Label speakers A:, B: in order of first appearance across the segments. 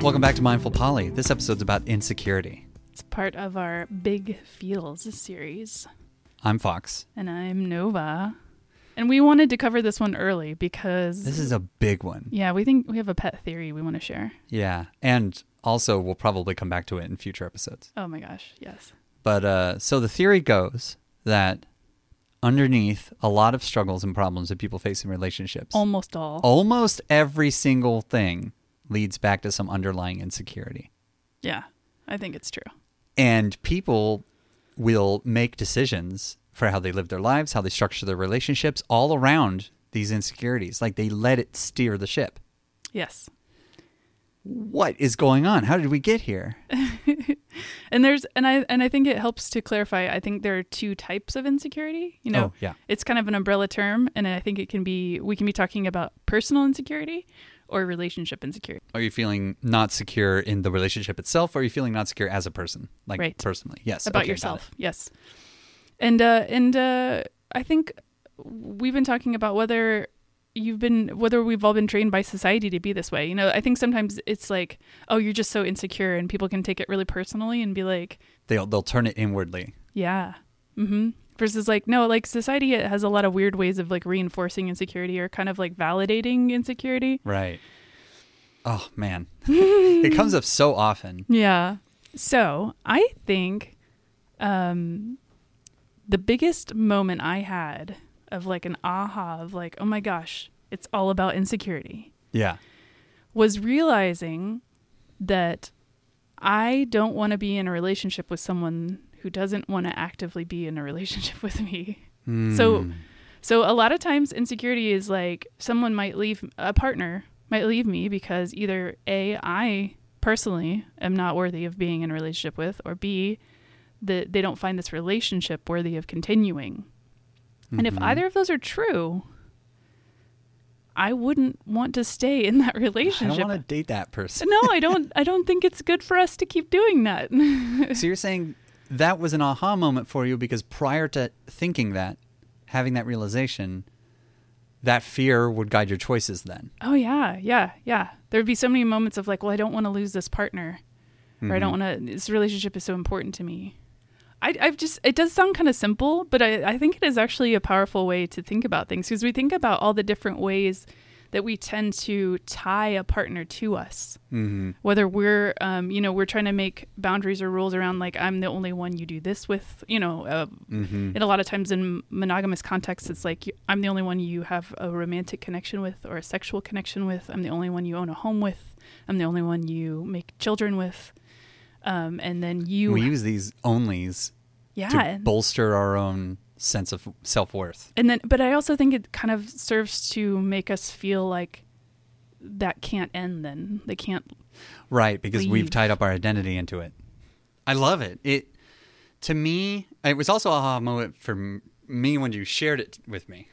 A: Welcome back to Mindful Polly. This episode's about insecurity.
B: It's part of our Big Feels series.
A: I'm Fox.
B: And I'm Nova. And we wanted to cover this one early because,
A: This is a big one.
B: yeah, we think we have a pet theory we want to share.
A: Yeah. And also, we'll probably come back to it in future episodes.
B: Oh my gosh, yes.
A: But uh, so the theory goes that underneath a lot of struggles and problems that people face in relationships,
B: Almost all.
A: almost every single thing leads back to some underlying insecurity.
B: Yeah, I think it's true.
A: And people will make decisions for how they live their lives, how they structure their relationships, all around these insecurities. Like they let it steer the ship.
B: Yes.
A: What is going on? How did we get here?
B: And there's and I and I think it helps to clarify. I think there are two types of insecurity. You know,
A: Oh, yeah.
B: it's kind of an umbrella term, and I think it can be we can be talking about personal insecurity or relationship insecurity.
A: Are you feeling not secure in the relationship itself? Or are you feeling not secure as a person? Like
B: Right.
A: personally? Yes.
B: about
A: Okay, got
B: yourself. Yes, and uh, and uh, I think we've been talking about whether you've been whether we've all been trained by society to be this way. You know, I think sometimes it's like, oh, you're just so insecure, and people can take it really personally and be like,
A: it. They'll, they'll turn it inwardly.
B: yeah, mm-hmm. Versus like, no, like society has a lot of weird ways of like reinforcing insecurity or kind of like validating insecurity.
A: Right. Oh, man. it comes up so often.
B: Yeah. So I think um, the biggest moment I had of like an aha of like, oh my gosh, it's all about insecurity
A: Yeah.
B: was realizing that I don't want to be in a relationship with someone who doesn't want to actively be in a relationship with me.
A: Hmm.
B: So so a lot of times insecurity is like someone might leave a partner might leave me because either A I personally am not worthy of being in a relationship with or B that they don't find this relationship worthy of continuing. And
A: Mm-hmm.
B: if either of those are true, I wouldn't want to stay in that
A: I don't
B: relationship
A: want to date that person.
B: no, I don't. I don't think it's good for us to keep doing that.
A: So you're saying that was an aha moment for you because prior to thinking that, having that realization, that fear would guide your choices then.
B: oh yeah, yeah, yeah. There would be so many moments of like, well, I don't want to lose this partner, or I don't want to. This relationship is so important to me. I, I've just. It does sound kind of simple, but I, I think it is actually a powerful way to think about things because we think about all the different ways that we tend to tie a partner to us.
A: Mm-hmm.
B: whether we're um, you know we're trying to make boundaries or rules around like i'm the only one you do this with you know uh,
A: Mm-hmm.
B: and a lot of times in monogamous contexts it's like you, i'm the only one you have a romantic connection with or a sexual connection with i'm the only one you own a home with i'm the only one you make children with um, and then you
A: We use these onlys to
B: yeah and-
A: bolster our own sense of self worth.
B: and then but i also think it kind of serves to make us feel like that can't end then they can't
A: Right, because we've
B: Leave.
A: tied up our identity into it. I love it. It to me, it was also a aha moment for m- me when you shared it with me.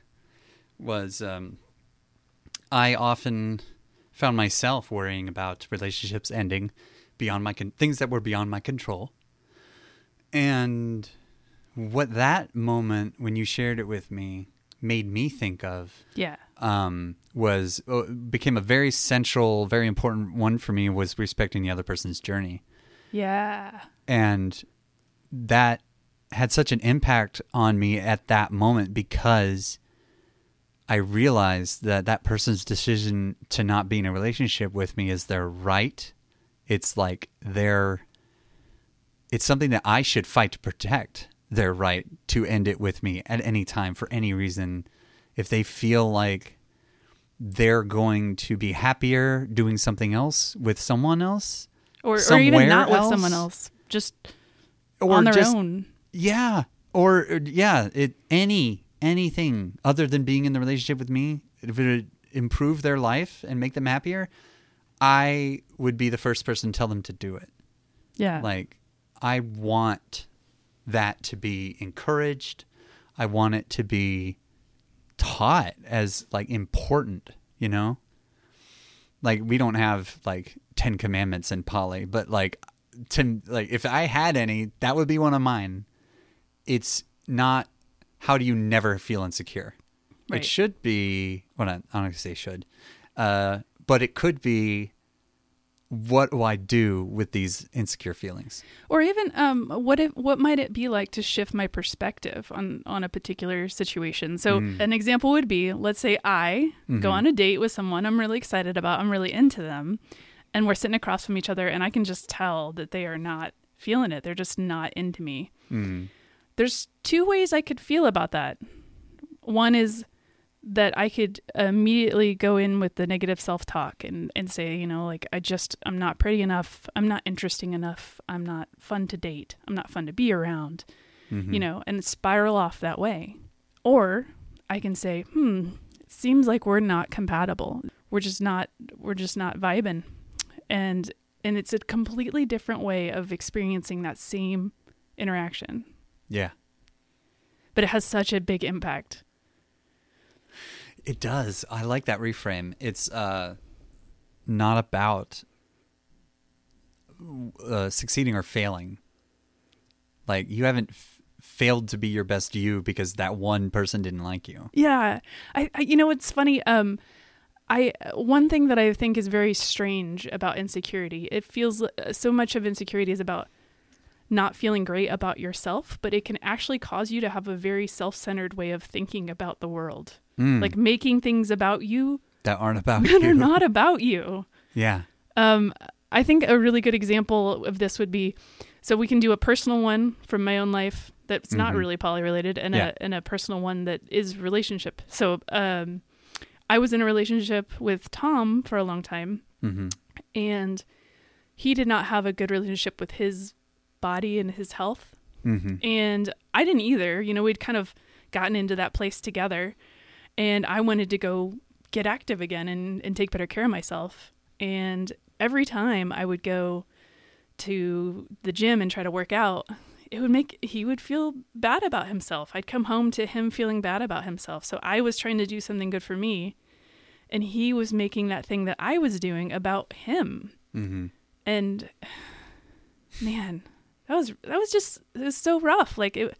A: Was um, I often found myself worrying about relationships ending beyond my con- things that were beyond my control, and what that moment when you shared it with me made me think of
B: yeah
A: um, was uh, became a very central, very important one for me was respecting the other person's journey,
B: yeah
A: and that had such an impact on me at that moment because I realized that that person's decision to not be in a relationship with me is their right. It's like their, it's something that I should fight to protect their right to end it with me at any time for any reason. If they feel like they're going to be happier doing something else with someone else,
B: or, or
A: somewhere
B: even not with someone
A: else?
B: else just
A: or
B: on their
A: just
B: own
A: Yeah, or, or yeah, it any anything other than being in the relationship with me, if it would improve their life and make them happier, I would be the first person to tell them to do it.
B: yeah
A: Like I want that to be encouraged. I want it to be taught as like important, you know? Like we don't have like 10 commandments in poly, but like to like if I had any, that would be one of mine. It's not how do you never feel insecure? It
B: Right.
A: should be well, not, I don't say should. Uh but it could be what do I do with these insecure feelings?
B: Or even um, what if what might it be like to shift my perspective on on a particular situation? So an example would be, let's say I go on a date with someone I'm really excited about, I'm really into them, and we're sitting across from each other, and I can just tell that they are not feeling it. They're just not into me. There's two ways I could feel about that. One is that I could immediately go in with the negative self talk and, and say, you know, like, I just, I'm not pretty enough. I'm not interesting enough. I'm not fun to date. I'm not fun to be around,
A: Mm-hmm. Hmm.
B: you know, and spiral off that way. Or I can say, hmm, it seems like we're not compatible. We're just not, we're just not vibing. And, and it's a completely different way of experiencing that same interaction,
A: Yeah,
B: but it has such a big impact.
A: it does. I like that reframe. It's uh, not about uh, succeeding or failing. Like you haven't f- failed to be your best you because that one person didn't like you.
B: Yeah, I, I you know it's funny. Um, I one thing that I think is very strange about insecurity. It feels li- so much of insecurity is about not feeling great about yourself, but it can actually cause you to have a very self-centered way of thinking about the world,
A: Mm,
B: like making things about you
A: that aren't about
B: that
A: you.
B: are not about you.
A: Yeah.
B: Um, I think a really good example of this would be so we can do a personal one from my own life that's not
A: Mhm.
B: really poly related and,
A: Yeah.
B: a, and a personal one that is relationship. So um, I was in a relationship with Tom for a long time
A: hmm
B: and he did not have a good relationship with his body and his health
A: hmm
B: and I didn't either. You know, we'd kind of gotten into that place together, and I wanted to go get active again and, and take better care of myself. And every time I would go to the gym and try to work out, it would make he would feel bad about himself. I'd come home to him feeling bad about himself. So I was trying to do something good for me, and he was making that thing that I was doing about him
A: hmm
B: and man that was that was just it was so rough like it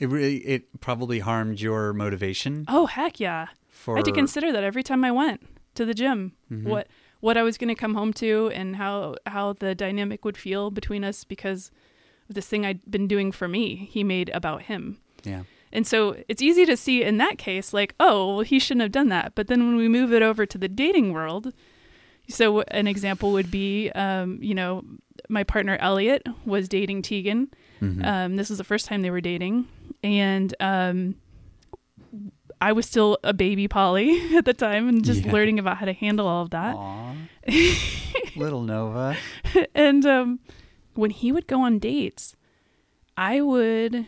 A: It really, it probably harmed your motivation
B: oh heck yeah
A: for.
B: Oh, i had to consider that every time i went to the gym what what i was going to come home to and how how the dynamic would feel between us because of this thing i'd been doing for me he made about him
A: yeah.
B: and so it's easy to see in that case, like, oh, well, he shouldn't have done that. But then when we move it over to the dating world, so an example would be, um, you know, my partner Elliot was dating Tegan.
A: Hmm. Mm-hmm.
B: Um, this was the first time they were dating, and um, I was still a baby Polly at the time and just
A: Yeah.
B: learning about how to handle all of that.
A: Aw. Little Nova.
B: and um, when he would go on dates, I would,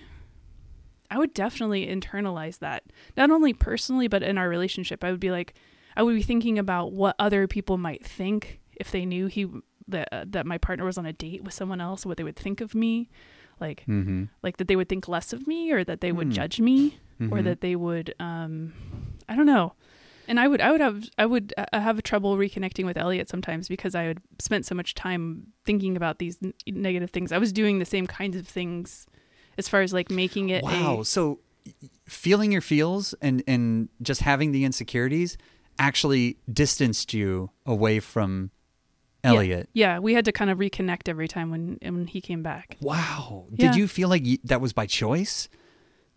B: I would definitely internalize that not only personally but in our relationship. I would be like, I would be thinking about what other people might think if they knew he that uh, that my partner was on a date with someone else, what they would think of me, like
A: Mm-hmm.
B: like that they would think less of me or that they would
A: Hmm.
B: judge me or
A: Mhm.
B: that they would um i don't know and i would i would have i would uh, have trouble reconnecting with elliot sometimes because i had spent so much time thinking about these n- negative things i was doing the same kinds of things as far as like making it
A: Wow.
B: a,
A: So feeling your feels and and just having the insecurities actually distanced you away from Elliot.
B: yeah we had to kind of reconnect every time when when he came back
A: Wow.
B: Yeah.
A: Did you feel like y that was by choice?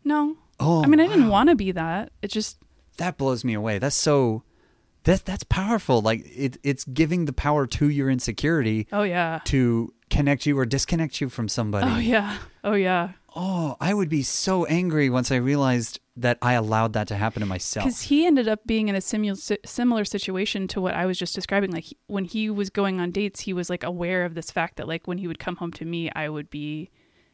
B: no
A: Oh.
B: i mean i didn't
A: wow.
B: want to be that it just
A: That blows me away. That's so that that's powerful. Like it it's giving the power to your insecurity
B: oh yeah
A: to connect you or disconnect you from somebody.
B: oh yeah oh yeah
A: Oh, I would be so angry once I realized that I allowed that to happen to
B: because
A: myself.
B: he ended up being in a simu- si- similar situation to what I was just describing. Like he- when he was going on dates, he was like aware of this fact that like when he would come home to me, I would be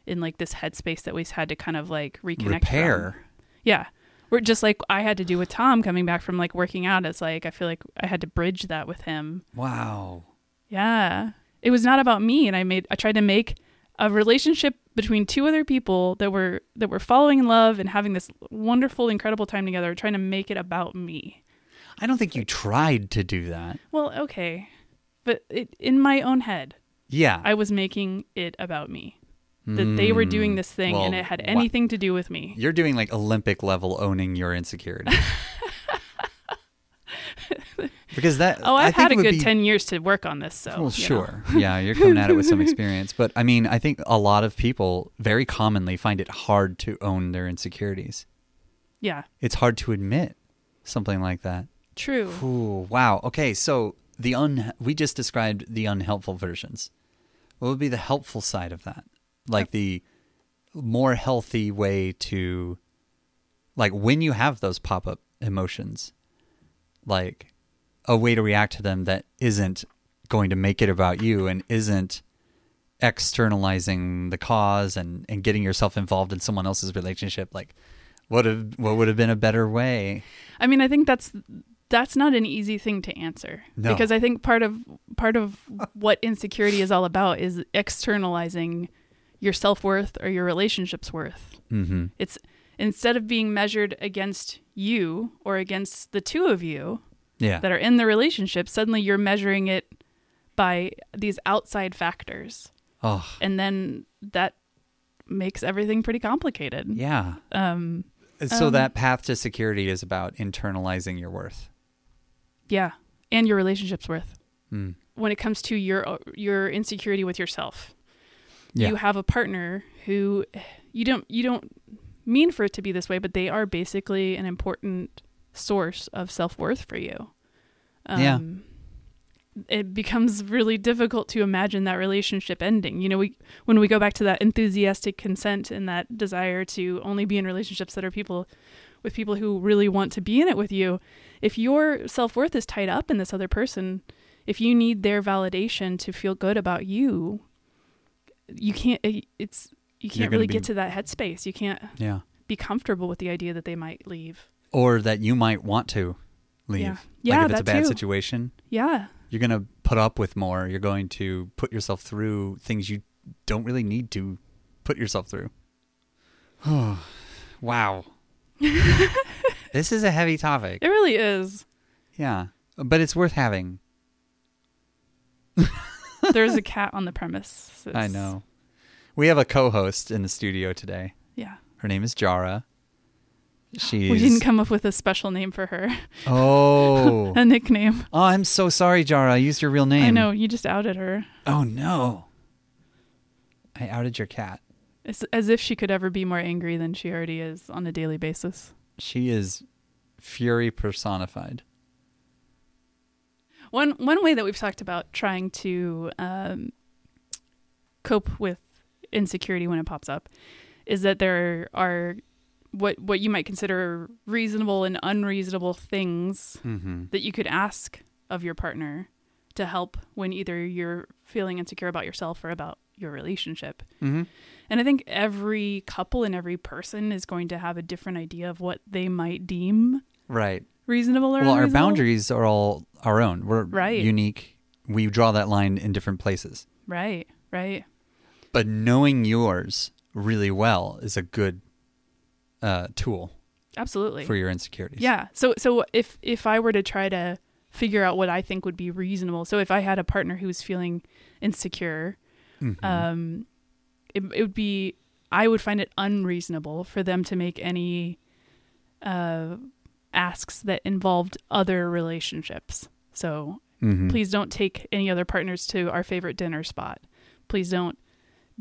B: in like this headspace that we had to kind of like reconnect.
A: Repair.
B: from. yeah. We're just like I had to do with Tom coming back from like working out. It's like I feel like I had to bridge that with him.
A: Wow.
B: Yeah. It was not about me and I made I tried to make a relationship between two other people that were that were falling in love and having this wonderful incredible time together trying to make it about me.
A: I don't think you tried to do that.
B: Well, okay. But it, in my own head,
A: Yeah.
B: I was making it about me. That they were doing this thing and
A: Hmm. well,
B: it had
A: wha-
B: anything to do with me.
A: You're doing like Olympic level owning your insecurity. because that
B: Oh,
A: I
B: I've
A: think
B: had
A: it
B: a
A: would
B: good
A: be-
B: 10 years to work on this. So, you know.
A: Well, sure. Yeah, you're coming at it with some experience. But I mean, I think a lot of people very commonly find it hard to own their insecurities.
B: Yeah,
A: It's hard to admit something like that.
B: true.
A: Ooh, wow. Okay, so the un we just described the unhelpful versions. What would be the helpful side of that? Like the more healthy way to like when you have those pop-up emotions, like a way to react to them that isn't going to make it about you and isn't externalizing the cause and and getting yourself involved in someone else's relationship like what have, what would have been a better way
B: I mean, I think that's that's not an easy thing to answer
A: No.
B: because I think part of part of what insecurity is all about is externalizing your self-worth or your relationship's worth.
A: mhm
B: It's instead of being measured against you or against the two of you
A: yeah
B: that are in the relationship, suddenly you're measuring it by these outside factors.
A: oh
B: And then that makes everything pretty complicated.
A: Yeah.
B: Um
A: So
B: Um,
A: that path to security is about internalizing your worth.
B: Yeah, and your relationship's worth.
A: Mm.
B: When it comes to your your insecurity with yourself,
A: Yeah.
B: you have a partner who you don't you don't mean for it to be this way, but they are basically an important source of self worth for you. Um,
A: Yeah.
B: It becomes really difficult to imagine that relationship ending. You know, we when we go back to that enthusiastic consent and that desire to only be in relationships that are people with people who really want to be in it with you, if your self worth is tied up in this other person, if you need their validation to feel good about you, you can't. it- It's
A: You're
B: you can't
A: gonna
B: really
A: be-
B: get to that headspace. You can't
A: yeah.
B: be comfortable with the idea that they might leave.
A: Or that you might want to leave.
B: Yeah.
A: Like
B: Yeah,
A: if it's a
B: that
A: bad
B: too.
A: situation,
B: Yeah,
A: you're going to put up with more. You're going to put yourself through things you don't really need to put yourself through. wow. this is a heavy topic.
B: it really is.
A: Yeah. But it's worth having.
B: There's a cat on the premise.
A: I know. We have a co-host in the studio today.
B: Yeah.
A: Her name is Jara. She's
B: We didn't come up with a special name for her,
A: Oh.
B: a nickname.
A: Oh, I'm so sorry, Jara. I used your real name.
B: I know you just outed her.
A: Oh no. I outed your cat.
B: It's as if she could ever be more angry than she already is on a daily basis.
A: She is fury personified.
B: One one way that we've talked about trying to um, cope with insecurity when it pops up is that there are what what you might consider reasonable and unreasonable things
A: Mm-hmm.
B: that you could ask of your partner to help when either you're feeling insecure about yourself or about your relationship.
A: Mm-hmm.
B: And I think every couple and every person is going to have a different idea of what they might deem
A: Right.
B: reasonable or
A: well, our
B: unreasonable.
A: boundaries are all our own. We're
B: Right.
A: unique. We draw that line in different places.
B: Right, right.
A: But knowing yours really well is a good uh, tool
B: Absolutely.
A: for your insecurities.
B: Yeah. So so if if I were to try to figure out what I think would be reasonable, so if I had a partner who was feeling insecure,
A: Mhm.
B: um, it, it would be I would find it unreasonable for them to make any uh, asks that involved other relationships. So
A: Mhm.
B: please don't take any other partners to our favorite dinner spot. Please don't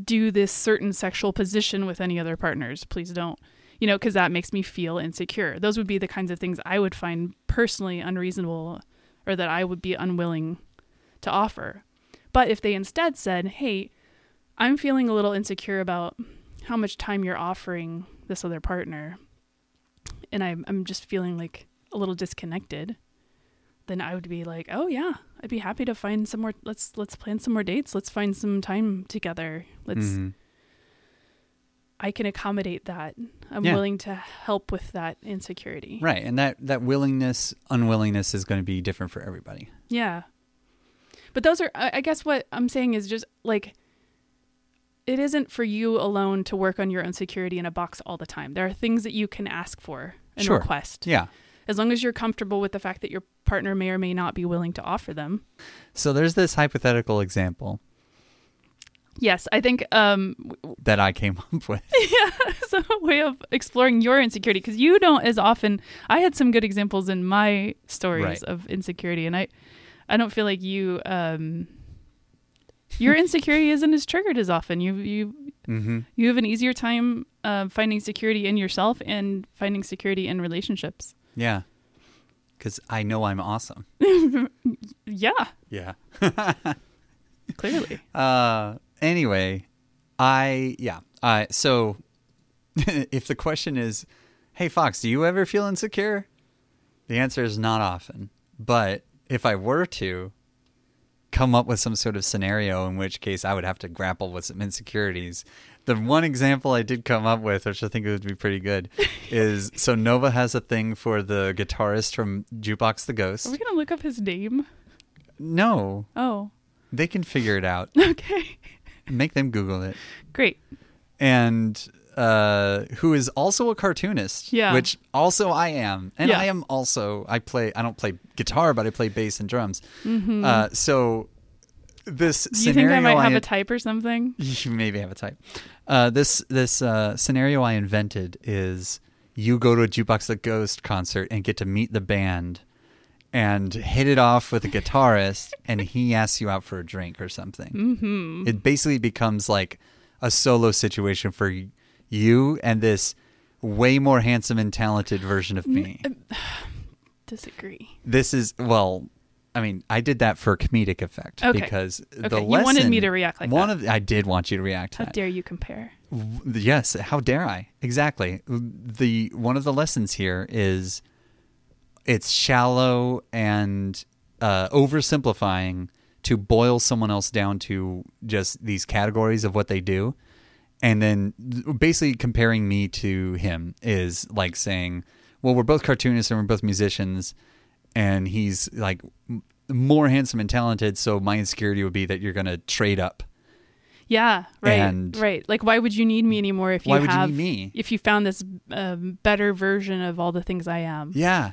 B: do this certain sexual position with any other partners. Please don't, you know, because that makes me feel insecure. Those would be the kinds of things I would find personally unreasonable or that I would be unwilling to offer. But if they instead said, hey, I'm feeling a little insecure about how much time you're offering this other partner, and I'm, I'm just feeling like a little disconnected, then I would be like, oh yeah, I'd be happy to find some more. Let's let's plan some more dates. Let's find some time together. Let's
A: Mhm.
B: I can accommodate that. I'm
A: Yeah.
B: willing to help with that insecurity.
A: Right. And that, that willingness, unwillingness is going to be different for everybody.
B: Yeah. But those are, I I guess what I'm saying is just like, it isn't for you alone to work on your own security in a box all the time. There are things that you can ask for and
A: Sure.
B: request.
A: Yeah.
B: As long as you're comfortable with the fact that your partner may or may not be willing to offer them.
A: So there's this hypothetical example
B: Yes, I think um, w-
A: that I came up with.
B: it's a way of exploring your insecurity because you don't as often. I had some good examples in my stories
A: Right.
B: of insecurity, and I, I don't feel like you. Um, your insecurity isn't as triggered as often. You you
A: hmm
B: you have an easier time uh, finding security in yourself and finding security in relationships.
A: Yeah. Because I know I'm awesome.
B: Yeah,
A: Yeah.
B: clearly.
A: Uh, anyway, I, yeah. I, so if the question is, hey, Fox, do you ever feel insecure? The answer is not often. But if I were to come up with some sort of scenario, in which case I would have to grapple with some insecurities. The one example I did come up with, which I think would be pretty good, is so Nova has a thing for the guitarist from Jukebox the Ghost.
B: Are we gonna look up his name?
A: No,
B: Oh,
A: they can figure it out.
B: okay,
A: Make them Google it.
B: great.
A: and uh, who is also a cartoonist.
B: Yeah.
A: Which also I am, and
B: Yeah.
A: I am also I play. I don't play guitar, but I play bass and drums. Uh, so this
B: Do Mm-hmm. you think
A: scenario
B: I might have
A: I-
B: a type or something?
A: you maybe have a type. Uh, this this uh, scenario I invented is you go to a jukebox the ghost concert and get to meet the band and hit it off with a guitarist and he asks you out for a drink or something. Mm-hmm. It basically becomes like a solo situation for y- you and this way more handsome and talented version of me.
B: uh, Disagree.
A: This is well, I mean, I did that for comedic effect
B: Okay.
A: because the
B: Okay,
A: lesson
B: you wanted me to react like
A: one
B: that.
A: of the- I did want you to react.
B: How
A: that.
B: dare you compare?
A: W- Yes, how dare I? Exactly. The one of the lessons here is it's shallow and uh, oversimplifying to boil someone else down to just these categories of what they do, and then basically comparing me to him is like saying, "Well, we're both cartoonists and we're both musicians, and he's like m- more handsome and talented, so my insecurity would be that you're going to trade up."
B: Yeah, right,
A: And-
B: right. Like, why would you need me anymore if you
A: Why would you
B: have
A: need me?
B: if you found this um, better version of all the things I am?
A: Yeah.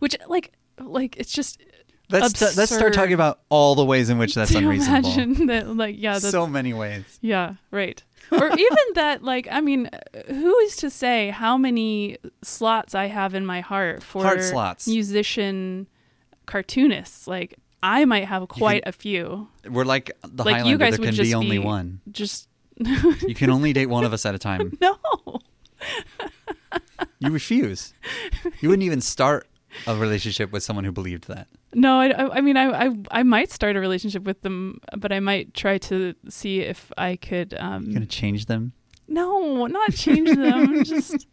B: Which, like, like it's just
A: Let's t- let's start
B: absurd
A: talking about all the ways in which that's
B: to
A: unreasonable.
B: imagine that, like, yeah, that's,
A: so many ways.
B: yeah, right. or even that, like, I mean, uh, who is to say how many slots I have in my heart for
A: Heart slots.
B: musician cartoonists? Like, I might have quite a few.
A: We're like the
B: Like,
A: Highlander.
B: you guys
A: there
B: would
A: can
B: just
A: be only
B: be-
A: one.
B: Just
A: You can only date one of us at a time.
B: no.
A: You refuse. You wouldn't even start a relationship with someone who believed that.
B: No, I- I, I mean, I, I, I might start a relationship with them, but I might try to see if I could.
A: You're gonna
B: Um,
A: change them.
B: no, not change them. just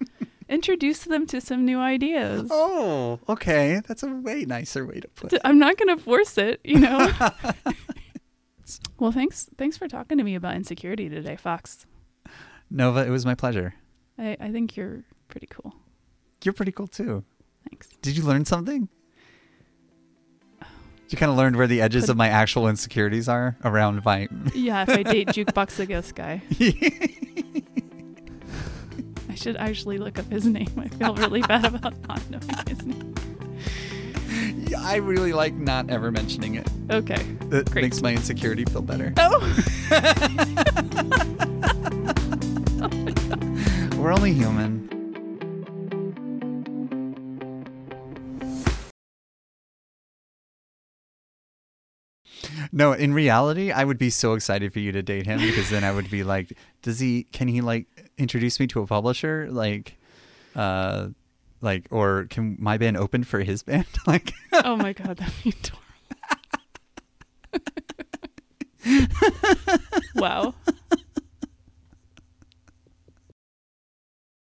B: introduce them to some new ideas.
A: Oh, okay. That's a way nicer way to put
B: D- I'm not going to force it, you know. well, thanks, thanks for talking to me about insecurity today, Fox.
A: Nova, it was my pleasure.
B: I, I think you're pretty cool.
A: You're pretty cool too.
B: Thanks.
A: Did you learn something? You kind of learned where the edges of my actual insecurities are around my.
B: Yeah, if I date jukebox the ghost guy, I should actually look up his name. I feel really bad about not knowing his name.
A: I really like not ever mentioning it.
B: Okay.
A: That
B: Great.
A: makes my insecurity feel better.
B: Oh.
A: We're only human. No, in reality, I would be so excited for you to date him because then I would be like, does he can he like introduce me to a publisher like uh like or can my band open for his band? like
B: oh my god, that'd be adorable. wow.